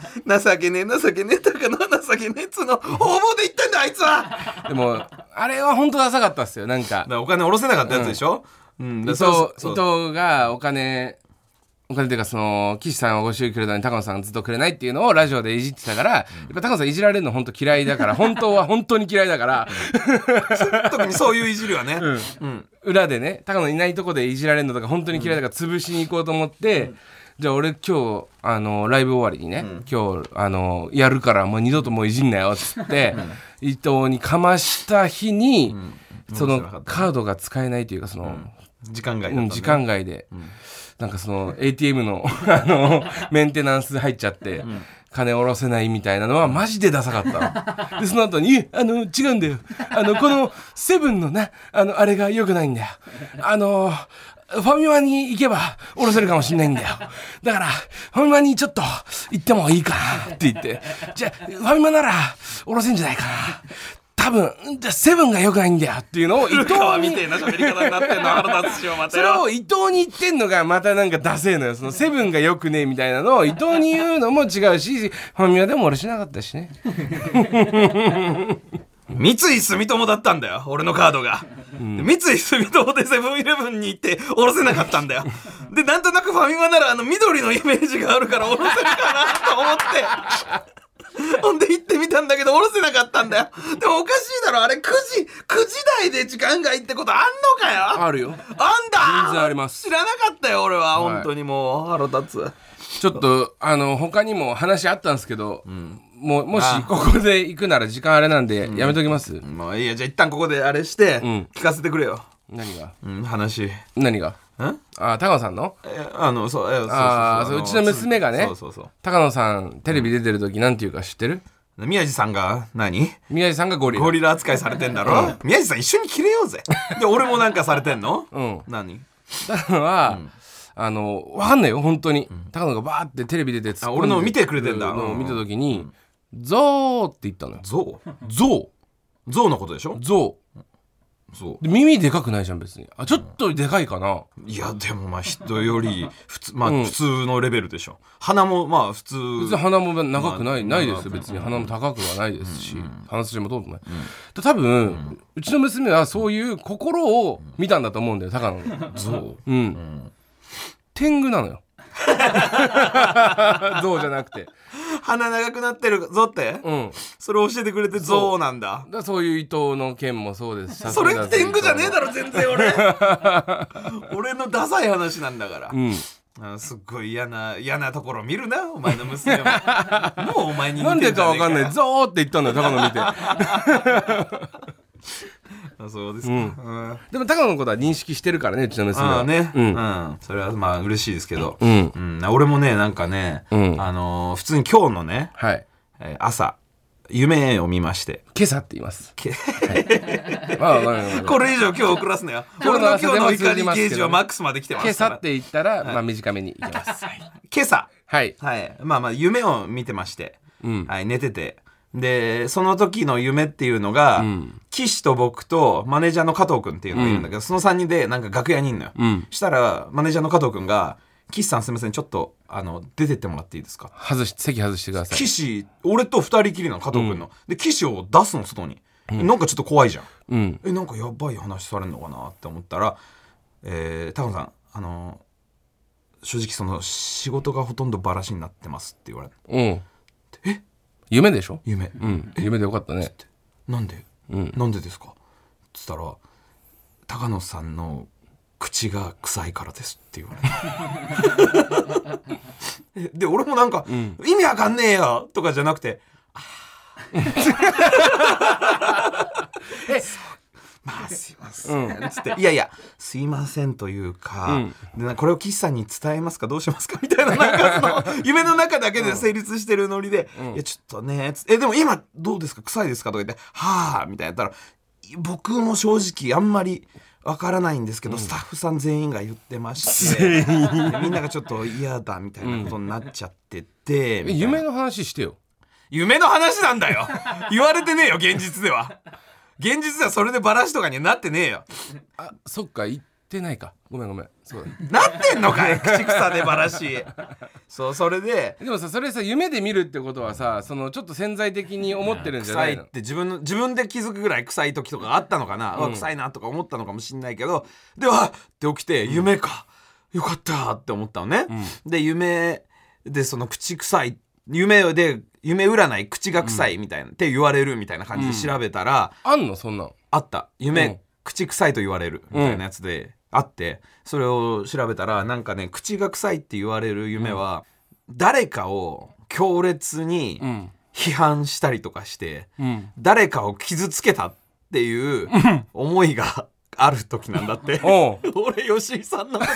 けねえ情けねえだからな情けねえっつうの方々で言ってんだあいつはでもあれは本当ダサかったっすよなんかお金下ろせなかったやつでしょ、うん伊だ藤そう伊そう藤がお金お金っていうかその岸さんはご祝儀くれたのに高野さんがずっとくれないっていうのをラジオでいじってたから、やっぱ高野さんいじられるの本当嫌いだから本当は本当に嫌いだから特にそういういじりはね、うん裏でね高野いないとこでいじられるのとか本当に嫌いだから潰しに行こうと思って、じゃあ俺今日あのライブ終わりにね、今日あのやるからもう二度ともういじんなよっつって、伊藤にかました日に、そのカードが使えないというかその、時間外だったうんん、だ時間外で、なんかその ATM の <laughs> あのメンテナンス入っちゃって、金下ろせないみたいなのはマジでダサかったのでその後にえ「あの違うんだよあのこのセブンのなあのあれが良くないんだよあのファミマに行けば下ろせるかもしれないんだよだからファミマにちょっと行ってもいいかな」って言って「じゃあファミマなら下ろせんじゃないかな」多分、じゃあセブンが良くないんだよっていうのを伊藤川にみてえな喋り方になってんの腹立つしよまたそれよを伊藤に言ってんのがまたなんかダセえのよ。そのセブンがよくねえみたいなのを伊藤に言うのも違うし、ファミマでも俺しなかったしね。三井住友だったんだよ俺のカードが、三井住友でセブンイレブンに行って降ろせなかったんだよでなんとなくファミマならあの緑のイメージがあるから降ろせるかなと思ってほんで行ってみたんだけど降ろせなかったんだよでもおかしいだろあれ9時9時台で時間外ってことあんのかよああるよ。んだ全然あります知らなかったよ俺は、はい本当にもう腹立つちょっと、あの、他にも話あったんですけど、もう、もしここで行くなら時間あれなんで、やめときます、もういいやじゃあ一旦ここであれして、ん聞かせてくれよ、何がうん、話ん何があ、高野さんのえあのそうえそうそうそうあーのうちの娘がねそうそうそ高野さん、テレビ出てる時なんていうか知ってるう宮地さんが何宮治さんがゴリラゴ。リラ扱いされてんだろ宮地さん一緒に切れようぜで俺もなんかされてんのうん。何高野は、あの、わかんないよ、本当に。高野がバーってテレビ出て突っ込んであ俺のを見てくれてんだのを見たときに、ゾウって言ったのよ。象ゾ象のことでしょウゾ象ウで耳でかくないじゃん、別に。あ、ちょっとでかいかな。いやでもまあ人より普通まあうん普通のレベルでしょ鼻もまあ普通別に鼻も長くない、まあないですよ、別に。鼻も高くはないですし、鼻筋も通ってない。で多分、うちの娘はそういう心を見たんだと思うんだよ、高野の。象うん。天狗なのよ。 <laughs> ゾウじゃなくて。鼻長くなってるぞってうん。それ教えてくれて象なんだだからそういう伊藤の件もそうですしそれ天狗じゃねえだろろ全然 <laughs> 俺俺のダサい話なんだからうんあすっごい嫌な嫌なところ見るなお前の娘 <laughs> ももうお前に似なんてでんじゃかわねえかんないゾーって言ったんだよ高野見てあそうですか、うんうんでも高野のことは認識してるからねうちの娘ああはね、ううんんそれはまあ嬉しいですけど、ううんん俺もねなんかね、うんあのー普通に今日のね、はいえー朝夢を見まして今朝って言いますけはいまあまあまあまあこれ以上今日送らすなよ今俺日のの今朝日ので怒も通じりますけどねゲージはマックスまで来てます今朝からって言ったらまあ短めにいきます今朝はいはいまあまあ夢を見てまして、うんはい、寝ててでその時の夢っていうのが、うん岸と僕とマネージャーの加藤君っていうのがいるんだけど、その3人でなんか楽屋にいんのよ、うんしたらマネージャーの加藤君が「岸さんすみませんちょっとあの出てってもらっていいですか?」外し席外してください岸俺と2人きりなの加藤君の、で岸を出すの外に、なんかちょっと怖いじゃんうんえなんかやばい話されるのかなって思ったらえー、タカさんあの正直その仕事がほとんどバラシになってますって言われるうん夢でしょ夢うん夢でよかったねなんで、うんなんでですか?」っつったら「高 <laughs> 野さんの口が臭いからです」って言われてで俺もなんか、意味わかんねえよとかじゃなくて <laughs> まあすいません、つって「いやいやすいません」というか、でなこれを岸さんに伝えますかどうしますか <laughs> みたいななんか <laughs> その夢の中だけで成立してるノリで「いやちょっとね」つってえでも今どうですか臭いですか?」とか言って「はあ」みたいなやったら「僕も正直あんまり」わからないんですけど、スタッフさん全員が言ってましてでみんながちょっと嫌だみたいなことになっちゃってて、みたいな夢の話してよ夢の話なんだよ言われてねえよ現実では現実ではそれでバラしとかにはなってねえよあそっか言ってないかごめんごめんそうだなってんのかい <laughs> 口草でバラしそうそれででもさそれさ夢で見るってことはさそのちょっと潜在的に思ってるんじゃな臭いいっのて自分の自分で気づくぐらい臭い時とかあったのかな、うわ臭いなとか思ったのかもしんないけどではって起きて夢か、よかったって思ったのね、で夢でその口臭い夢で夢占い口が臭いみたいな、って言われるみたいな感じで調べたら、あんのそんなんあった夢、うん口臭いと言われるみたいなやつで、あってそれを調べたらなんかね口が臭いって言われる夢は、誰かを強烈にん批判したりとかして、ん誰かを傷つけたっていう思いが <laughs> ある時なんだって。おう <laughs> 俺吉井さんの <laughs> 傷つ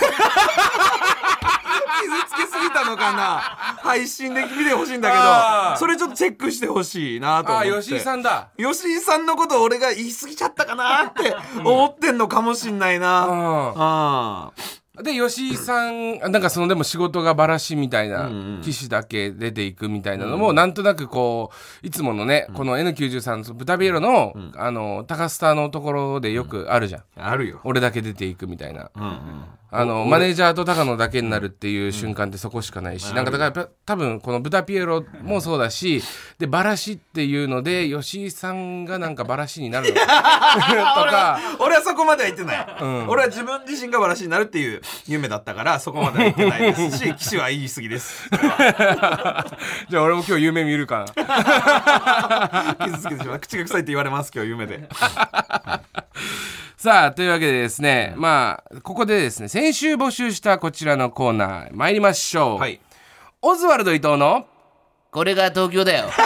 けすぎたのかな配信で見てほしいんだあけどーそれちょっとチェックしてほしいなと思あって吉井さんだ吉井さんのこと俺が言い過ぎちゃったかなって思ってんのかもしんないな。うあんで吉井さんなんかそのでも仕事がバラシみたいなうんうん騎士だけ出ていくみたいなのもなんとなくこういつものねこの N93 のブタビエロのあの高スターのところでよくあるじゃんあるよ。俺だけ出ていくみたいなうんうん、あのマネージャーと高野だけになるっていう瞬間ってそこしかないし、なんかだからやっぱ多分この「ブタピエロ」もそうだしでバラシっていうので吉井さんがなんかバラシになるのとか <laughs> 俺はそこまでは言ってない、俺は自分自身がバラシになるっていう夢だったからそこまでは言ってないです <laughs> し騎手は言い過ぎです <laughs> じゃあ俺も今日夢見るかな傷つけてしまう口が臭いって言われます今日夢でさあというわけでですねまあここでですね先週募集したこちらのコーナー参りましょう、はいオズワルド伊藤のこれが東京だよ <laughs>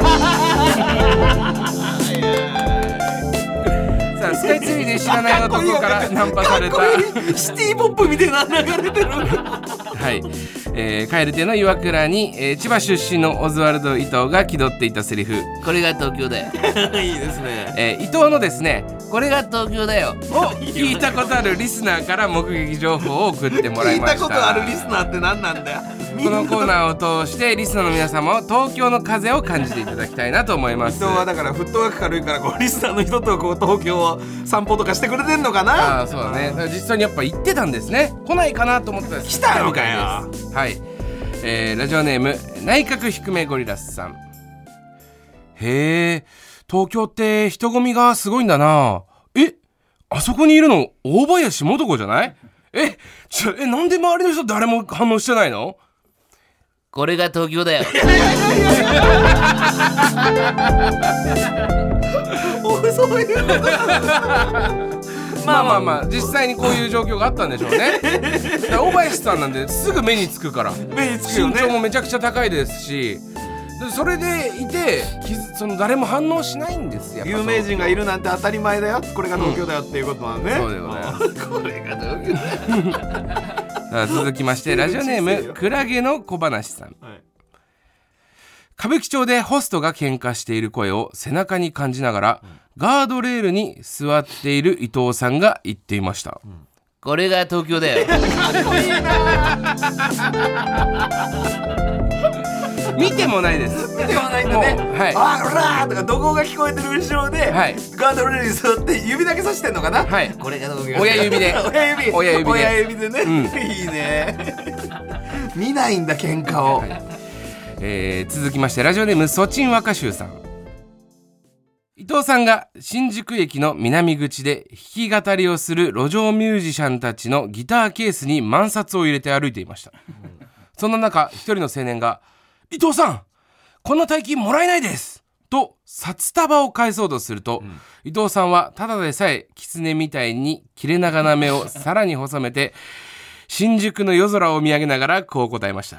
さあスカイツリーで知らない男からナンパされたシティポップみたいな流れてるはい、えー、蛙亭の岩倉に、えー千葉出身のオズワルド伊藤が気取っていたセリフ、これが東京だよ <laughs> いいですねえー伊藤のですねこれが東京だよを聞いたことあるリスナーから目撃情報を送ってもら聞いいましたたことあるリスナーって何なんだよみんこなのコーナーを通してリスナーの皆様も東京の風を感じていただきたいなと思いま伊す藤はだからフットワーク軽いからこうリスナーの人とこう東京を散歩とかしてくれてんのかなああそうだねだから実際にやっぱ行ってたんですね来ないかなと思ってたんです来たのかよはい、えーラジオネーム内閣低めゴリラスさんへえ東京って人混みがすごいんだなえあそこにいるの大林素子じゃないえちょえなんで周りの人誰も反応してないのこれが東京だよ俺そういうこと <laughs> まあまあまあ実際にこういう状況があったんでしょう <laughs> ねだから大林さんなんですぐ目につくから目につくよ身長ねもめちゃくちゃ高いですしでそれでいて気づその誰も反応しないんですよ有名人がいるなんて当たり前だよこれが東京だよっていうことなのね、そうでございますこれが東京だよさあ続きましてラジオネームクラゲの小話さん、はい歌舞伎町でホストが喧嘩している声を背中に感じながら、ガードレールに座っている伊藤さんが言っていました、これが東京だよ見てもないです見てはないんだねもうはいあらーとか怒号が聞こえてる後ろで、はいガードレールに座って指だけさしてんのかな、はいこれが東京だよ親指で親指親指で親指でね、ういいね見ないんだ喧嘩を、えー続きましてラジオネームソチン若衆さん伊藤さんが新宿駅の南口で弾き語りをする路上ミュージシャンたちのギターケースに万札を入れて歩いていましたそんな中一人の青年が「伊藤さんこんな大金もらえないです!」と札束を返そうとすると、伊藤さんはただでさえ狐みたいに切れ長な目をさらに細めて新宿の夜空を見上げながらこう答えました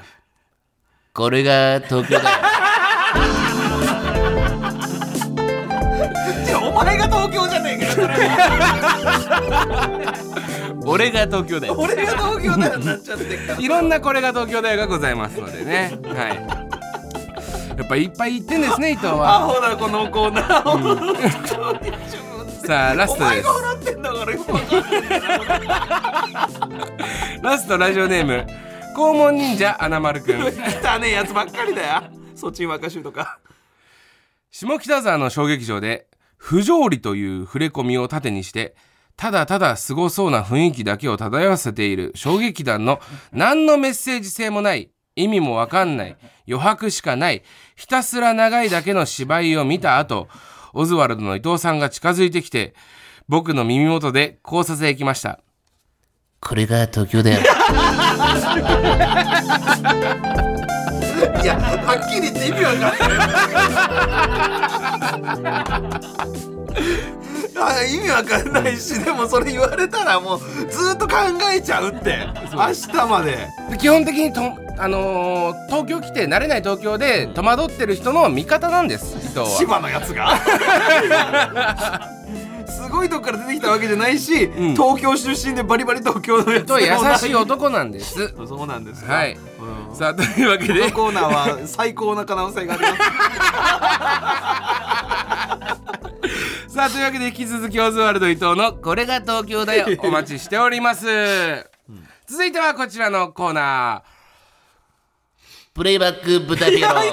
これが東京だよ。お前が東京じゃねえかよ俺が東京だよ。俺が東京だよなっちゃってっからいろんなこれが東京大学がございますのでね。はい。やっぱいっぱい行ってん <laughs> ですね、伊藤アは。ホだこのコーナーさあ、ラスおト前ですが。払ってんだからよくわかんない <laughs> ラストラジオネーム、肛門忍者アナマルくん。汚ねえやつばっかりだよそっち若衆とか下北沢の小劇場で不条理という触れ込みを盾にしてただただすごそうな雰囲気だけを漂わせている小劇団の何のメッセージ性もない意味もわかんない余白しかないひたすら長いだけの芝居を見た後オズワルドの伊藤さんが近づいてきて僕の耳元で交差点行きましたこれが東京だよ。いやは <laughs> っきり言って意味わかんない <laughs> あ意味わかんないしでもそれ言われたらもうずっと考えちゃうって明日までで基本的にと、あのー東京来て慣れない東京で戸惑ってる人の味方なんです伊藤は千葉のやつが <laughs> すごいとこから出てきたわけじゃないし、ん東京出身でバリバリ東京のやつとで優もないしい男なんですそうなんですかはいうんさあというわけこのでコーナーは最高な可能性がありますさあというわけで引き続きオズワルド伊藤のこれが東京 <laughs> だよ。お待ちしております、続いてはこちらのコーナプレイバック豚ピエロ。 <laughs>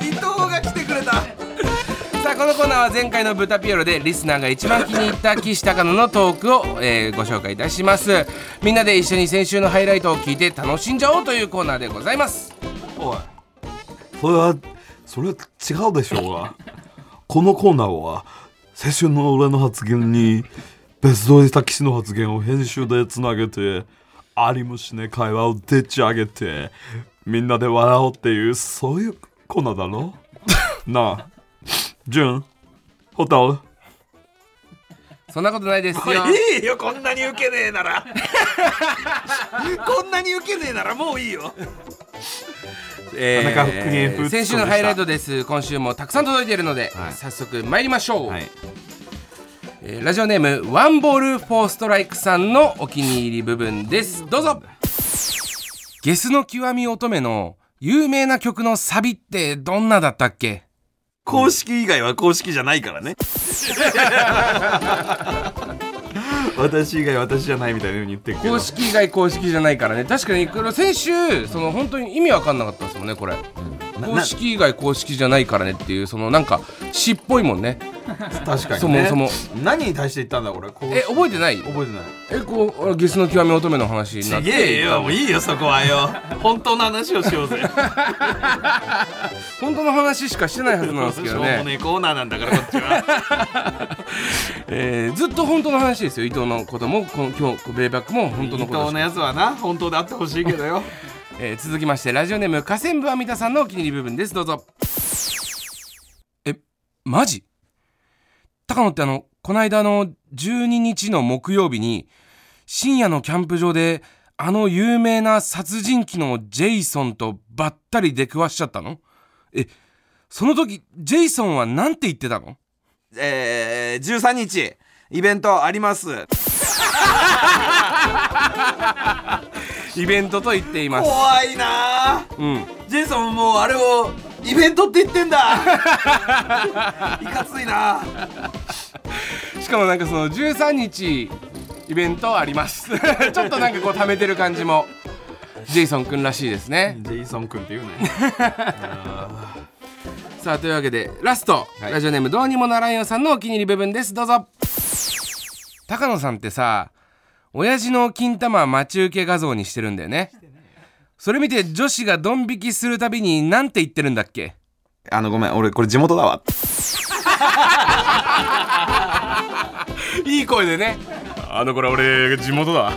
伊藤が来てくれたーさあこのコーナーは前回の「ブタピエロ」でリスナーが一番気に入った岸高野のトークを、えーご紹介いたしますみんなで一緒に先週のハイライトを聞いて楽しんじゃおうというコーナーでございますおいそれはそれは違うでしょうが <laughs> このコーナーは先週の俺の発言に別撮りした騎士の発言を編集でつなげてありもしねえ会話をでっち上げてみんなで笑おうっていうそういうコーナーだろ <laughs> なあ潤ホタルそんなことないです <laughs> よいいよこんなにウケねえ <laughs> ならこんなにウケねえならもういいよえ田中福元風先週のハイライトです今週もたくさん届いているので、早速参りましょう、はいえーラジオネームワンボールフォーストライクさんのお気に入り部分ですどうぞゲスの極み乙女の有名な曲のサビってどんなだったっけ公式以外は公式じゃないから <laughs> ね私以外私じゃないみたいなふうに言ってるけど公式以外公式じゃないからね確かにこれ先週その本当に意味わかんなかったですもんねこれ公式以外公式じゃないからねっていうそのなんか詩っぽいもんね確かに、ね、そもそも何に対して言ったんだこれ公式え覚えてない覚えてないえこうゲスの極み乙女の話になってもういいよそこはよ本当の話をしようぜ本当の話しかしてないはずなんですけ <laughs> しょどうもねねえコーナーなんだからこっちはえーずっと本当の話ですよ伊藤のこともこの今日ベイバックも本当伊の藤ことのです、やつはな本当であってほしいけどよえー続きましてラジオネーム河川部アミタさんのお気に入り部分ですどうぞえマジ高野ってあのこの間の12日の木曜日に深夜のキャンプ場であの有名な殺人鬼のジェイソンとばったり出くわしちゃったのえその時ジェイソンはなんて言ってたのえー、13日イベントありますイベントと言っています怖いなあうんジェイソンもうあれをイベントって言ってんだいかついなしかもなんかその13日イベントあります <laughs> ちょっとなんかこう貯めてる感じもジェイソン君らしいですねジェイソン君って言うねさあというわけでラスト、ラジオネームどうにもならんよさんのお気に入り部分ですどうぞ高野さんってさ親父の金玉待ち受け画像にしてるんだよねそれ見て女子がドン引きするたびになんて言ってるんだっけあのごめん俺これ地元だわいい声でねあのこれ俺地元だ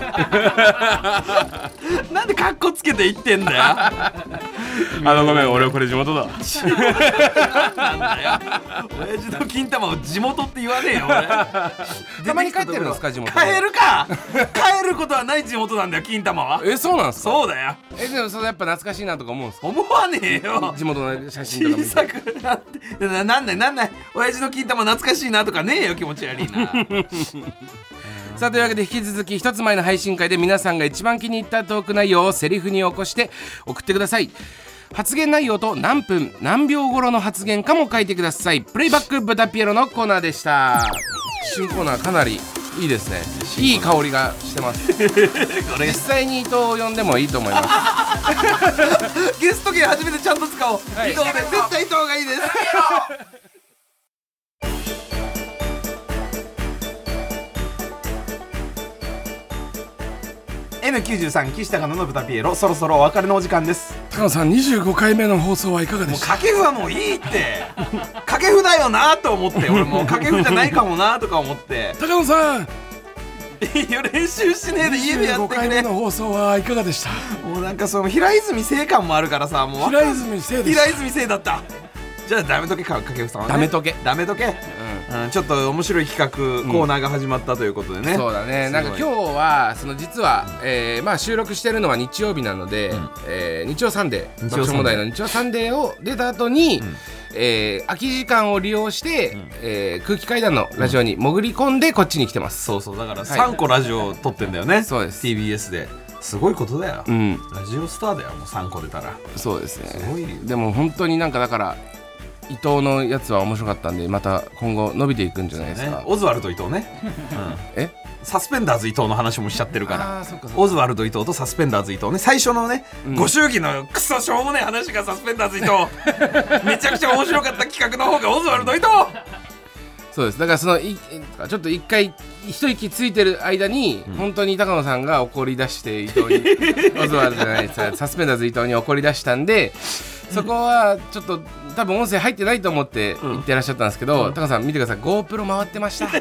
なんでカッコつけて言ってんだよあのごめん俺これ地元だ親父の金玉を地元って言わねえよ <laughs> 俺たまに帰ってるんですか地元帰るか帰ることはない地元なんだよ金玉はえそうなんですかそうだよえでもそれやっぱ懐かしいなとか思うんですか思わねえよ地元の写真とか小 <laughs> 見てさくなってななんないなんない親父の金玉懐かしいなとかねえよ気持ち悪い <laughs> なさあというわけで引き続き一つ前の配信会で皆さんが一番気に入ったトーク内容をセリフに起こして送ってください発言内容と何分何秒頃の発言かも書いてくださいプレイバックブタピエロのコーナーでした新コーナーかなりいいですねいい香りがしてます <laughs> 実際に伊藤を呼んでもいいと思いますゲスト券初めてちゃんと使おう、伊藤で絶対伊藤がい <laughs> いですー N93 岸高野の豚ピエロそろそろお別れのお時間です高野さん25回目の放送はいかがでした掛布はもういいって掛布だよなと思って俺もう掛布じゃないかもなとか思って高野さんいや練習しねえで家でや25ってく回れ目の放送はいかがでしたもうなんかその平泉聖感もあるからさもう平泉せいでした平泉聖だったじゃあダメとけか掛布さんはねダメとけダメとけ、うんちょっと面白い企画、コーナーが始まったということでねそうだねなんか今日はその実は、えーまあ、収録してるのは日曜日なので、えー日曜サンデー爆笑問題の日曜サンデーを出た後に、えー空き時間を利用して、えー空気階段のラジオに潜り込んでこっちに来てます、そうそうだから3個ラジオ撮ってんだよね、そうです TBS ですごいことだよ、うんラジオスターだよもう3個出たらそうですねすごいよでも本当になんかだから伊藤のやつは面白かったんでまた今後伸びていくんじゃないですねか、オズワルド伊藤ね、うんえサスペンダーズ伊藤の話もしちゃってるからあーそっかそっかオズワルド伊藤とサスペンダーズ伊藤ね最初のね、ご祝儀のクソしょうもない話がサスペンダーズ伊 <laughs> 藤めちゃくちゃ面白かった企画の方がオズワルド伊藤そうですだからそのいちょっと一回一息ついてる間に、本当に高野さんが怒り出して伊 <laughs> 藤にオズワルドじゃないですサスペンダーズ伊藤に怒り出したんでそこはちょっと多分音声入ってないと思って言ってらっしゃったんですけど、高野さん見てください GoPro 回ってま <laughs> したこ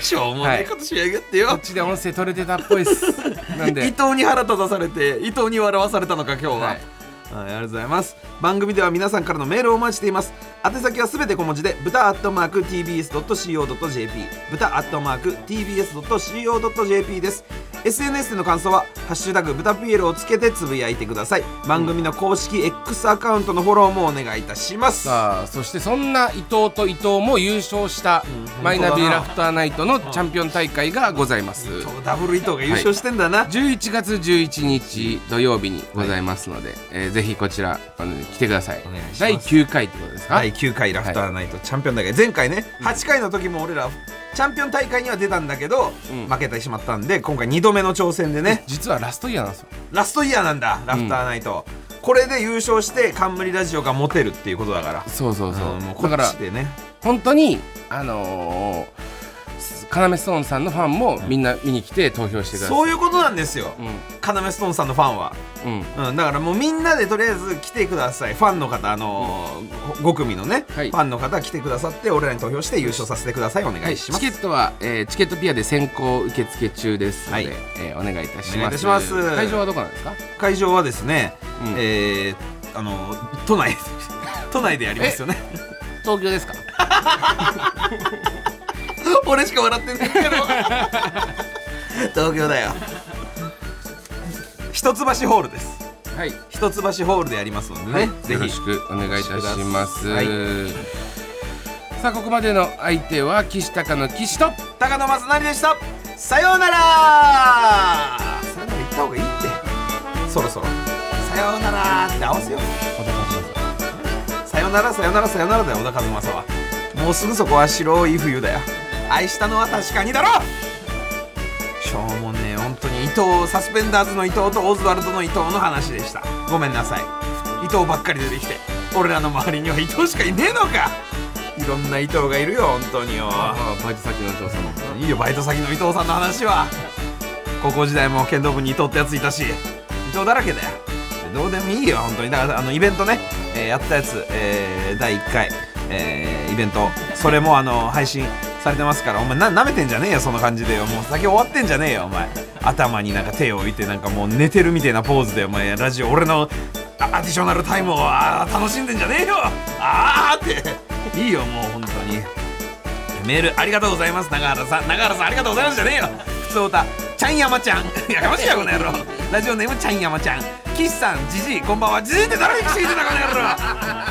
しょうもないことしやがってよ、っちで音声取れてたっぽいですなん <laughs> 伊で藤に腹立たされて伊藤に笑わされたのか今日は、はいはい、ありがとうございます番組では皆さんからのメールをお待ちしています宛先はすべて小文字で豚アットマーク TBS.CO.JP 豚アットマーク TBS.CO.JP です SNS での感想は「ハッシュタグ豚ピエロ」をつけてつぶやいてください番組の公式 X アカウントのフォローもお願いいたしますさあそしてそんな伊藤と伊藤も優勝したマイナビラフターナイトのチャンピオン大会がございます、ダブル伊藤が優勝してんだな、 11月11日土曜日にございますので、えーぜひこちらあの来てください願いします第9回ってことですか、第9回ラフターナイトチャンピオン大会前回ね8回の時も俺らチャンピオン大会には出たんだけどうん負けてしまったんで今回2度目の挑戦でね実はラストイヤーなんですよラストイヤーなんだラフターナイトこれで優勝して冠ラジオがモテるっていうことだからそうそうそう、うんもうこだからっちでね本当にあのー、要ストーンさんのファンもみんな見に来て投票してくださいそういうことなんですようん要ストーンさんのファンはうんうんだからもうみんなでとりあえず来てくださいファンの方あの5組のねフはいァンの方来てくださって俺らに投票して優勝させてくださいお願いしますチケットは、えーチケットピアで先行受付中ですので、はいえーお願いいたしますお願いいたします会場はどこなんですか会場はですね、うんえーあの都内 <laughs> 都内でやりますよね東京ですか <laughs> 俺しか笑ってないけど <laughs> 東京だよ一橋ホールですはい一橋ホールでやりますのでね、ぜよろひしくお願いいたします。はいさあここまでの相手は岸高の岸と高野正成でしたさようならさようなら言った方がいいってそろそろさようならって合わせようさようならさようならさようならだよ小田和正はもうすぐそこは白い冬だよ愛したのは確かにだろしょうもねえ本当に伊藤サスペンダーズの伊藤とオズワルドの伊藤の話でしたごめんなさい伊藤ばっかり出てきて俺らの周りには伊藤しかいねえのかいろんな伊藤がいるよ本当によあバイト先の調査のいいよバイト先の伊藤さんの話は高校時代も剣道部に伊藤ってやついたし伊藤だらけだよどうでもいいよ本当にだからあのイベントね、えーやったやつ、えー第1回、えーイベントそれもあの配信されてますからお前な舐めてんじゃねえよその感じでよもう先終わってんじゃねえよお前頭になんか手を置いてなんかもう寝てるみたいなポーズでお前ラジオ俺のあアディショナルタイムをあー楽しんでんじゃねえよああっていいよもう本当にメールありがとうございます永原さん永原さんありがとうございますじゃねえよ普通歌ちゃんやまちゃん <laughs> やかましいやこの野郎ラジオネームちゃんやまちゃん岸さんじじいこんばんはじじいって誰に聞いてたこの野郎 <laughs>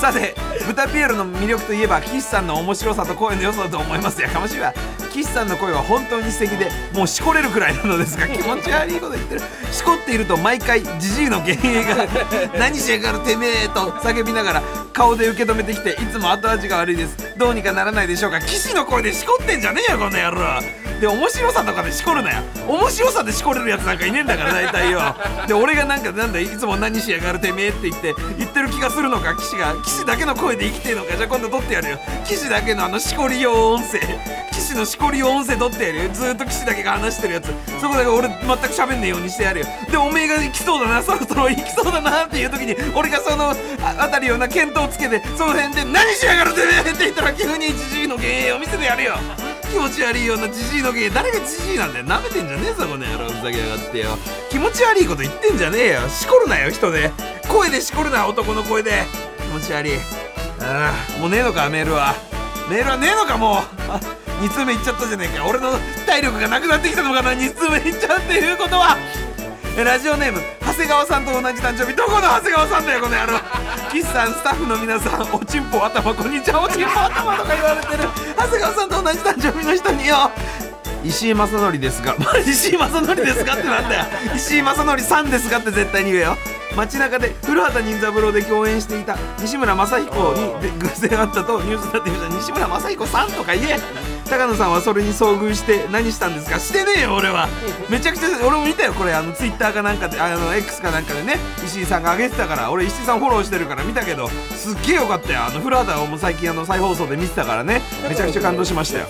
さてブタピエロの魅力といえば岸さんの面白さと声の良さだと思いますやかましいわ岸さんの声は本当に素敵でもうしこれるくらいなのですが気持ち悪いこと言ってるしこっていると毎回ジジイの幻影が「何しやがるてめえ」と叫びながら顔で受け止めてきていつも後味が悪いですどうにかならないでしょうか岸の声でしこってんじゃねえよこの野郎で面白さとかでしこるなよ面白さでしこれるやつなんかいねえんだから大体よで俺がなんかなんだいつも何しやがるてめえって言って言ってる気がするのか岸が岸だけの声で生きてえのかじゃあ今度撮ってやるよ岸だけのあのしこり用音声岸のしこり用音声撮ってやるよずーっと岸だけが話してるやつそこだけ俺全く喋んねえようにしてやるよでおめえが行きそうだなそろそろ行きそうだなっていう時に俺がそのああたりような見当をつけてその辺で何しやがるてめえって言ったら急にじじいの幻影を見せてやるよ気持ち悪いようなじじいの芸誰がじじいなんだよ舐めてんじゃねえぞこの野郎ふざけやがってよ気持ち悪いこと言ってんじゃねえよしこるなよ人で声でしこるな男の声で気持ち悪いああもうねえのかメールはメールはねえのかもう2通目いっちゃったじゃねえか俺の体力がなくなってきたのかな2通目いっちゃうっていうことはえラジオネーム長谷川さんと同じ誕生日どこの長谷川さんだよこの野郎 <laughs> 岸さんスタッフの皆さんおちんぽ頭こんにちはおちんぽ頭とか言われてる長谷川さんと同じ誕生日の人によ石井正則ですが <laughs> 石井正則ですがってなんだよ石井正則さんですがって絶対に言えよ街中で古畑任三郎で共演していた西村雅彦にで偶然会ったとニュースになってみた西村雅彦さんとか言え高野さんはそれに遭遇して何したんですかしてねえよ俺はめちゃくちゃ俺も見たよこれあのツイッターかなんかであの X かなんかでね石井さんが上げてたから俺石井さんフォローしてるから見たけどすっげえよかったよあの古畑をもう最近あの再放送で見てたからねめちゃくちゃ感動しましたよ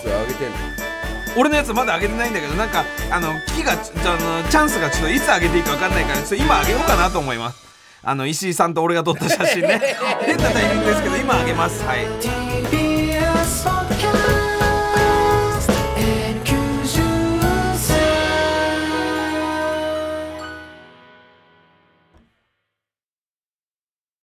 俺のやつまだ上げてないんだけどなんかあの機がちょあのチャンスがちょっといつ上げていいか分かんないからちょっと今上げようかなと思いますあの石井さんと俺が撮った写真ね変なタイミングですけど今上げますはい TBS